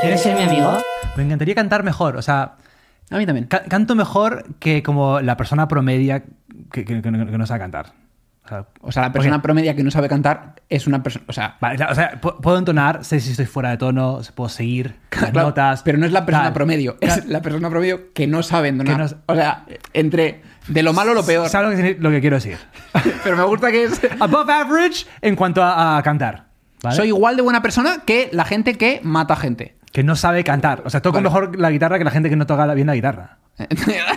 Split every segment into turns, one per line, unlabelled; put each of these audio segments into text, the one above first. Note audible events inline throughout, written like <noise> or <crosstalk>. ¿Quieres ser mi amigo?
Me encantaría cantar mejor, o sea,
A mí también.
ca- canto mejor que como la persona promedia que, que- que no que no sabe cantar. O sea,
O sea, la persona promedia que no sabe cantar es una persona. O sea,
vale, claro, o sea, pu- puedo entonar, sé si estoy fuera de tono, puedo
<laughs>
seguir las
claro,
notas.
Pero no es la persona
tal.
promedio, es
Claro.
la persona promedio que no sabe entonar.
Que no-
O sea, entre de lo malo lo peor.
¿Sabes lo que, significa- lo que quiero decir?
<laughs> Pero me gusta que es.
<laughs> Above average en cuanto a, a cantar. Ah, ¿vale?
Soy igual de buena persona que la gente que mata gente. <laughs>
Que no sabe cantar. O sea, toco
Vale.
mejor la guitarra que la gente que no toca la- bien la guitarra.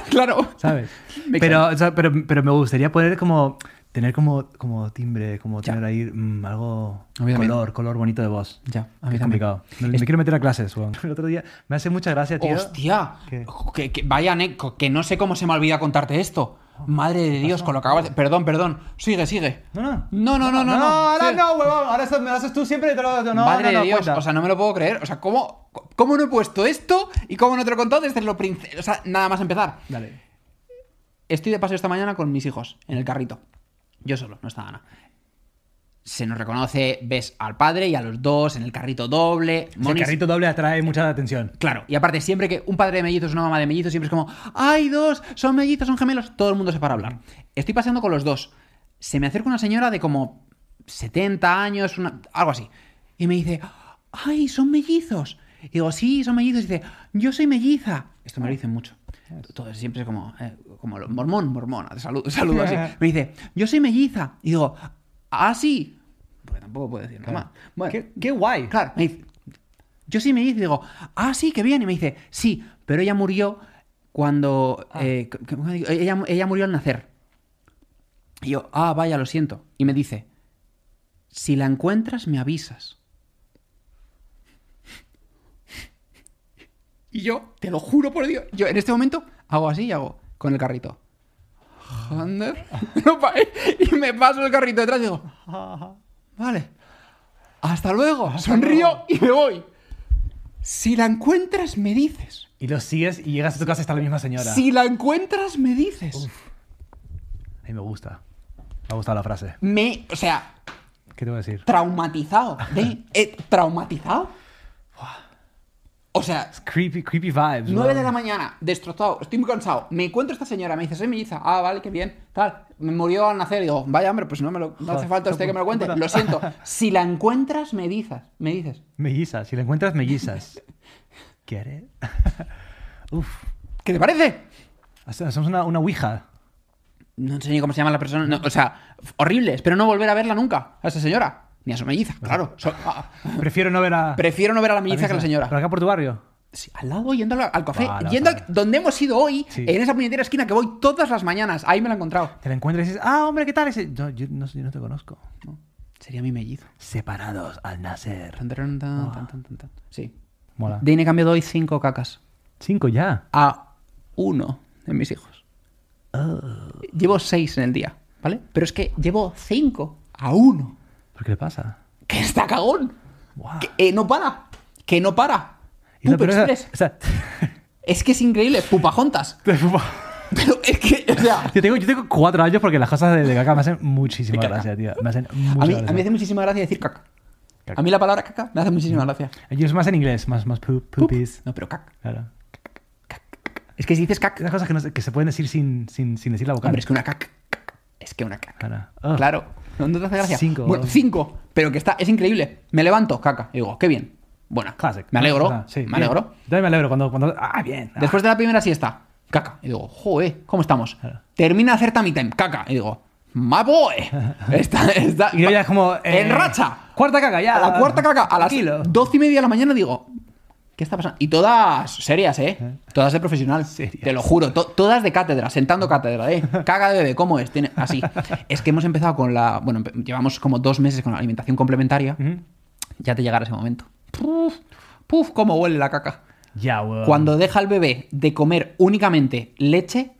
claro.
<laughs> ¿Sabes?
Makes
pero, o sea, pero, pero me gustaría poder como tener como, como timbre, como tener ahí mm, algo
A mí también.
color, color bonito de voz.
Ya, a mí
Que
también.
es complicado. Me, me quiero meter a clases, weón. <laughs> El otro día me hace mucha gracia, tío.
Hostia.
¿Qué?
Que, que- vaya, ne- co- que no sé cómo se me olvida contarte esto. Madre de Dios, con lo que acabas de- Perdón, perdón. Sigue, sigue.
Ah, No, no.
No, no, no, no.
no, ahora
Sí.
no, huevón. Ahora eso me lo haces tú siempre y te lo no, no,
Madre
no,
de Dios,
cuenta.
o sea, no me lo puedo creer. O sea, ¿cómo, ¿cómo no he puesto esto y cómo no te lo he contado desde lo principal? O sea, nada más empezar.
Dale.
Estoy de paseo esta mañana con mis hijos en el carrito. Yo solo, no está Ana. Se nos reconoce, ves al padre y a los dos en el carrito doble.
Si El
monis-
carrito doble atrae mucha atención.
Claro, y aparte, siempre que un padre de mellizos, una mamá de mellizos, siempre es como, ¡ay, dos! Son mellizos, son gemelos. Todo el mundo se para a hablar. Estoy paseando con los dos. Se me acerca una señora de como 70 años, una- algo así. Y me dice, ¡ay, son mellizos! Y digo, sí, son mellizos. Y dice, yo soy melliza. Esto me lo dicen mucho. Todo siempre es como, eh, como lo- mormón, mormona, saludo, <laughs> saludo así. Me dice, yo soy melliza. Y digo, ¡ah, sí! Porque tampoco puedo decir nada más. Bueno,
qué, qué guay.
Claro, me dice, yo sí me dice, digo, ah, sí, que bien. Y me dice, sí, pero ella murió cuando... eh, c- c- ¿cómo digo? ella, ella murió al nacer. Y yo, ah, vaya, lo siento. Y me dice, si la encuentras, me avisas. Y yo, te lo juro por Dios, yo en este momento hago así y hago con el carrito. Joder. <laughs> No pa- Y me paso el carrito detrás y digo, vale. Hasta luego. Sonrío y me voy. Si la encuentras, me dices.
Y lo sigues y llegas a tu casa y está la misma señora.
Si la encuentras, me dices.
A mí me gusta. Me ha gustado la frase.
Me, o sea,
¿Qué te voy a decir?
<laughs> traumatizado. ¿eh? Eh, traumatizado. O sea,
Creepy, creepy vibes.
9 de
weón.
la mañana, destrozado, estoy muy cansado. Me encuentro esta señora, me dice, soy melliza. Ah, vale, qué bien, tal. Me murió al nacer. Y digo, vaya, hombre, pues no me lo, no hace
Joder,
falta
qué
usted que me lo cuente.
puta.
Lo <laughs> siento. Si la encuentras, me dices. Me dices.
Mellizas, si la encuentras,
<laughs>
mellizas. ¿Quieres? Uf.
¿Qué te parece?
Hace- Hacemos una, una ouija.
No sé ni cómo se llama la persona. no, o sea, horrible. Espero no volver a verla nunca a esa señora. Ni a su melliza, claro. So- ah,
Prefiero no ver a.
prefiero no ver a la melliza que a la señora.
Pero acá por tu barrio.
Sí, al lado yendo al, al café,
Vale,
yendo
vale.
al- donde hemos ido hoy,
Sí.
en esa puñetera esquina que voy todas las mañanas. Ahí me la he encontrado.
Te la encuentras y dices, ah, hombre, ¿qué tal? Ese... No, yo, no, yo no te conozco.
No, sería mi mellizo.
Separados al nacer.
Tan, taran, tan, tan, tan, tan, tan. Sí.
Mola.
De cambio doy cinco cacas
Cinco ya.
a uno de mis hijos. Llevo seis en el día, ¿vale? Pero es que llevo cinco a uno.
¿Por qué le pasa?
¡Que está cagón!
Guau.
Que eh, no para. Que no para.
Y lo
Pupa
peor es-
Express.
o sea,
Es que es increíble. Pupajontas. <laughs> Pero es que, o sea...
<laughs> yo, tengo, yo tengo cuatro años porque las cosas de, de caca me hacen muchísima
De caca.
gracia, tío. Me hacen
A
mucha
mí, a mí
gracia.
me hace muchísima gracia decir caca.
Caca.
A mí la palabra caca me hace muchísima gracia.
Yo es más en inglés, más, más poop, poopies.
No, pero caca.
Claro.
Es que si dices caca...
Esas cosas que, no se, que se pueden decir sin, sin, sin decir la vocal.
Hombre, es que una caca... Es que una caca.
Cara. Ah.
Claro. No, no te hace gracia.
Cinco.
Bueno, cinco. Pero que está... Es increíble. Me levanto, caca. Y digo, qué bien. Buena.
Classic.
Me alegro.
Ah, sí,
me
bien.
alegro.
Yo también me alegro cuando, cuando. Ah, bien. Ah,
Después de la primera siesta, caca. Y digo, joder, ¿cómo estamos?
Claro.
Termina de hacer tummy time, caca. Y digo, my
<laughs>
boy. Está, está,
Y yo ya es como. eh,
en racha.
Cuarta caca, ya.
A la cuarta caca, a las
Tranquilo.
doce y media de la mañana digo, ¿qué está pasando? Y todas serias, ¿eh? Todas de profesional.
Serias.
Te lo juro. to- todas de cátedra, sentando
<laughs>
cátedra, ¿eh? Caga de bebé, ¿cómo es? Tiene- así. Es que hemos empezado con la. Bueno, empe- llevamos como dos meses con la alimentación complementaria.
Ujú.
Ya te llegará ese momento. Puf, puf, cómo huele la caca.
Ya, weón.
Cuando deja al bebé de comer únicamente leche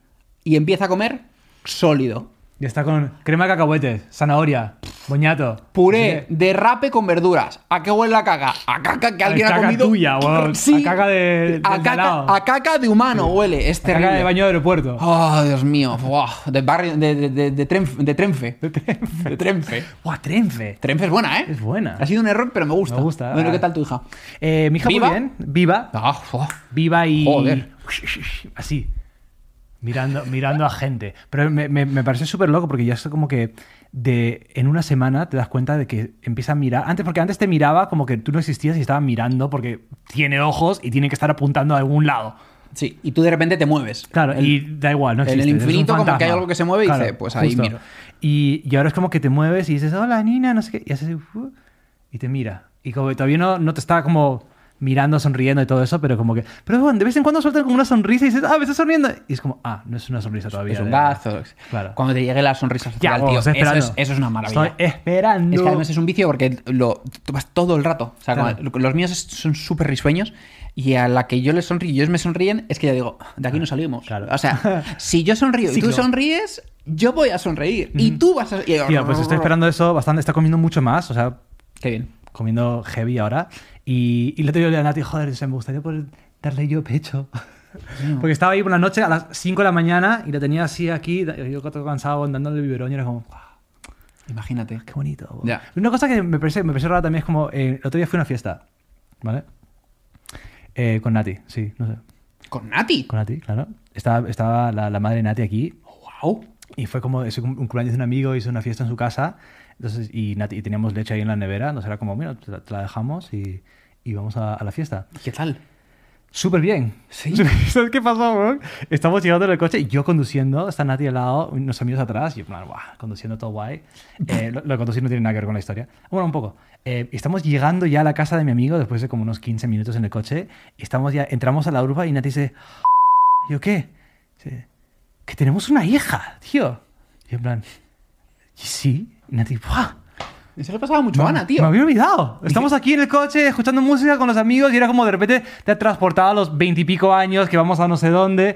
y empieza a comer sólido.
Y está con crema de cacahuetes, zanahoria, boñato.
Puré de rape con verduras. ¿A qué huele la caca? A caca que
A
alguien ha
caca
comido.
tuya, weón.
Sí.
A caca de- del
a
de al lado.
caca, a caca de humano huele. Es
La caca
terrible.
de baño de aeropuerto. <laughs>
Oh, Dios mío. Buah, de, barrio, de, de, de, de Trenf- de Trenfe. De Trenfe.
Buah, Trenfe.
Trenfe es buena, ¿eh?
Es buena.
Ha sido un error, pero me gusta.
Me gusta.
Bueno, ¿qué tal tu hija?
Eh, mi hija
¿Viva?
muy bien, viva.
Ah, buah.
Viva y.
Joder.
<laughs> Así. Mirando, mirando a gente. Pero me, me, me parece súper loco porque ya es como que de, en una semana te das cuenta de que empieza a mirar. Antes, porque antes te miraba como que tú no existías y estaba mirando porque tiene ojos y tiene que estar apuntando a algún lado.
Sí, y tú de repente te mueves.
Claro,
El-
y da igual, no
en el
existe. es un
infinito como que
fantasma.
hay algo que se mueve y dice, pues ahí miro.
Y, y ahora es como que te mueves y dices, hola Nina, no sé qué, y haces, "Uh", y te mira. Y como que todavía no, no te está como mirando, sonriendo y todo eso, pero como que, pero bueno, de vez en cuando sueltan como una sonrisa y dices, ah, me está sonriendo. Y es como, ah, no es una sonrisa todavía.
Es un
de-
gazo.
Claro.
Cuando te llegue la sonrisa
Ya,
social,
vos,
tío.
estoy
Eso
esperando.
es, eso es una maravilla.
Estoy esperando.
Es que además es un vicio porque lo tú vas todo el rato. O sea,
Claro.
como- los míos es- son súper risueños y a la que yo les sonrío y ellos me sonríen, es que ya digo, de aquí no salimos.
Ah, Claro. <laughs>
O sea, si yo sonrío y tú
Ciclo.
sonríes, yo voy a sonreír y tú vas a. y-
Tío, pues estoy esperando eso bastante, está comiendo mucho más, o sea,
Qué bien.
comiendo heavy ahora. Y, y le tengo a Nati, joder, o sea, me gustaría poder darle yo pecho. Porque estaba ahí una noche a las 5 de la mañana y la tenía así aquí, yo todo cansado, dándole el biberón y era como, "Guau,
Imagínate.
qué bonito. bo".
Ya.
Una cosa que me parece, me parece rara también es como, eh, el otro día fui a una fiesta, ¿vale? Eh, con Nati, sí, no sé.
Con Nati.
Con Nati, claro. Estaba, estaba la, la madre de Nati aquí. ¡Wow! Y fue como es un un cumpleaños de un amigo, hizo una fiesta en su casa. Entonces, y, Nati, y teníamos leche ahí en la nevera. Entonces era como, mira, te la, te la dejamos y, y vamos a, a la fiesta.
¿Qué tal?
Súper bien.
Sí.
<laughs> ¿Sabes qué pasó, weón? Estamos llegando en el coche, yo conduciendo, está Nati al lado, unos amigos atrás, y yo, bueno, guau, conduciendo todo guay. Eh, lo, lo de conducir no tiene nada que ver con la historia. Bueno, un poco. Eh, estamos llegando ya a la casa de mi amigo después de como unos 15 minutos en el coche. Estamos ya, entramos a la urba y Nati dice, ¿yo qué? Dice, que tenemos una hija, tío. Y yo, en plan, "¿Y sí? Y Nati, ¡buah!
Eso le pasaba mucho a Ana, tío.
Me había olvidado. Estamos aquí en el coche escuchando música con los amigos y era como de repente te ha transportado a los veintipico años que vamos a no sé dónde.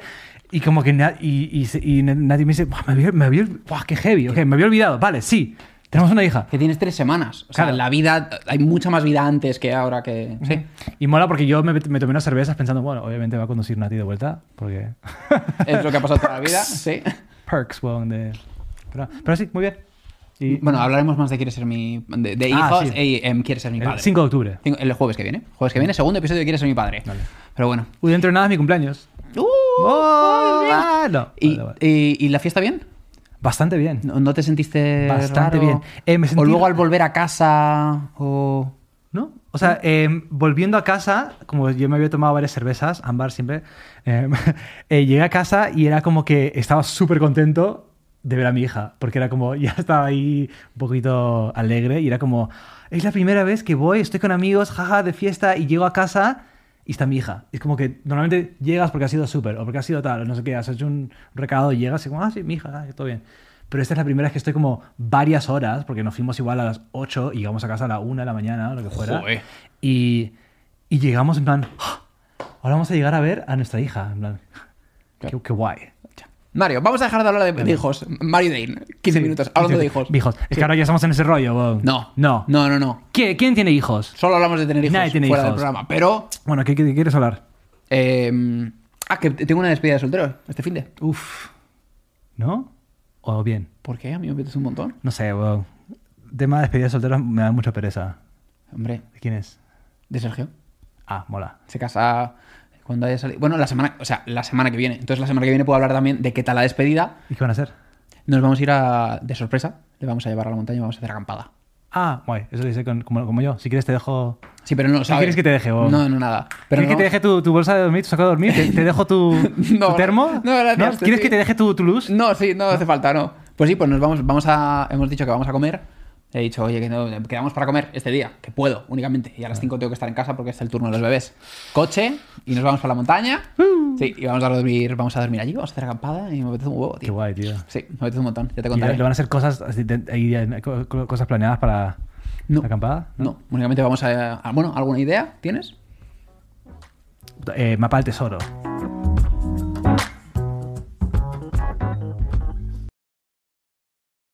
Y como que na- y, y se- y na- nadie me dice, "Buah, me había, me había- buah, qué heavy. Ok, me había olvidado. Vale, sí. Tenemos una hija.
Que tienes tres semanas. O sea,
Claro.
la vida. Hay mucha más vida antes que ahora que. Sí.
Y mola porque yo me, me tomé unas cervezas pensando, bueno, obviamente va a conducir Nati de vuelta.
<laughs>
Porque. <laughs>
Es lo que ha pasado toda la vida. Sí.
Perks, weón. de- Pero, pero sí, muy bien. Y, mm.
Bueno, hablaremos más de Quiere ser mi. de, de
Ah,
hijos
sí.
y em, Quiere ser mi
el Mm.
padre.
5 de octubre.
Cinco- El jueves que viene. Jueves que viene, segundo episodio de Quiere ser mi padre. Pero bueno.
Uy, dentro de nada es mi cumpleaños.
¡Uh!
¡Oh!
madre mía!
ah, no.
¿Y,
Vale, vale.
y- y la fiesta bien?
Bastante bien.
¿No, no te sentiste
Bastante
raro?
bien. Eh, me sentí-
O luego al volver a casa o...
¿No? O sea, eh, volviendo a casa, como yo me había tomado varias cervezas, ámbar siempre, eh, <laughs> eh, llegué a casa y era como que estaba súper contento de ver a mi hija, porque era como, <laughs> ya estaba ahí un poquito alegre y era como, es la primera vez que voy, estoy con amigos, jaja, de fiesta y llego a casa y está mi hija. Es como que normalmente llegas porque has sido súper o porque has sido tal, o no sé qué, has hecho un recado y llegas y como, ah, sí, mi hija, ah, todo bien. Pero esta es la primera vez que estoy como varias horas, porque nos fuimos igual a las 8 y llegamos a casa a la 1 de la mañana, o lo que fuera.
Joder.
Y, y llegamos en plan, "Ah, ahora vamos a llegar a ver a nuestra hija. En plan, qué,
Claro.
qué guay.
Mario, vamos a dejar de hablar de, de hijos. Mario Dane, 15 minutos, hablando de hijos.
Hijos. Es que ahora ya estamos en ese rollo. weón.
No.
No.
No, no, no.
¿Qué- ¿Quién tiene hijos?
Solo hablamos de tener hijos
Nadie tiene
fuera del
hijos.
programa. Pero...
Bueno, ¿qué, qué- qué quieres hablar?
eh, ah, que tengo una despedida de soltero este fin de...
Uf. ¿No? ¿O bien?
¿Por qué? A mí me apetece un montón.
No sé, weón. Tema de despedida de solteros me da mucha pereza.
Hombre,
¿De quién es?
de Sergio.
Ah, mola.
se casa cuando haya salido. Bueno, la semana, o sea, la semana que viene. Entonces la semana que viene puedo hablar también de qué tal la despedida.
¿Y qué van a hacer?
Nos vamos a ir a, de sorpresa, le vamos a llevar a la montaña y vamos a hacer acampada.
Ah, guay. Eso lo hice con- como, como yo. Si quieres te dejo...
Sí, pero no lo sabe.
quieres que te deje, Bob?
No, no, nada. Pero
¿Quieres
no,
que te deje tu, tu bolsa de dormir, tu saco de dormir? ¿Te, te dejo tu,
<laughs> No,
tu termo?
no, gracias, te-
¿Quieres
sí.
que te deje tu, tu luz?
No, sí, no, hace falta, no. Pues sí, pues nos vamos, vamos a. Hemos dicho que vamos a comer. He dicho, oye, que no, quedamos para comer este día, que puedo únicamente. Y a
Ah.
las 5 tengo que estar en casa porque es el turno de los bebés. Coche y nos vamos para la montaña.
Uh.
Sí, y vamos a dormir, vamos a dormir allí, vamos a hacer acampada y me apetece un huevo, tío.
Qué guay, tío.
Sí, me apetece un montón, ya te
¿Y
contaré.
le van a hacer cosas, así de- ahí, eh, co- co- cosas planeadas para
No.
la acampada?
No, únicamente vamos a, a- Bueno, ¿alguna idea tienes?
Eh, mapa del tesoro.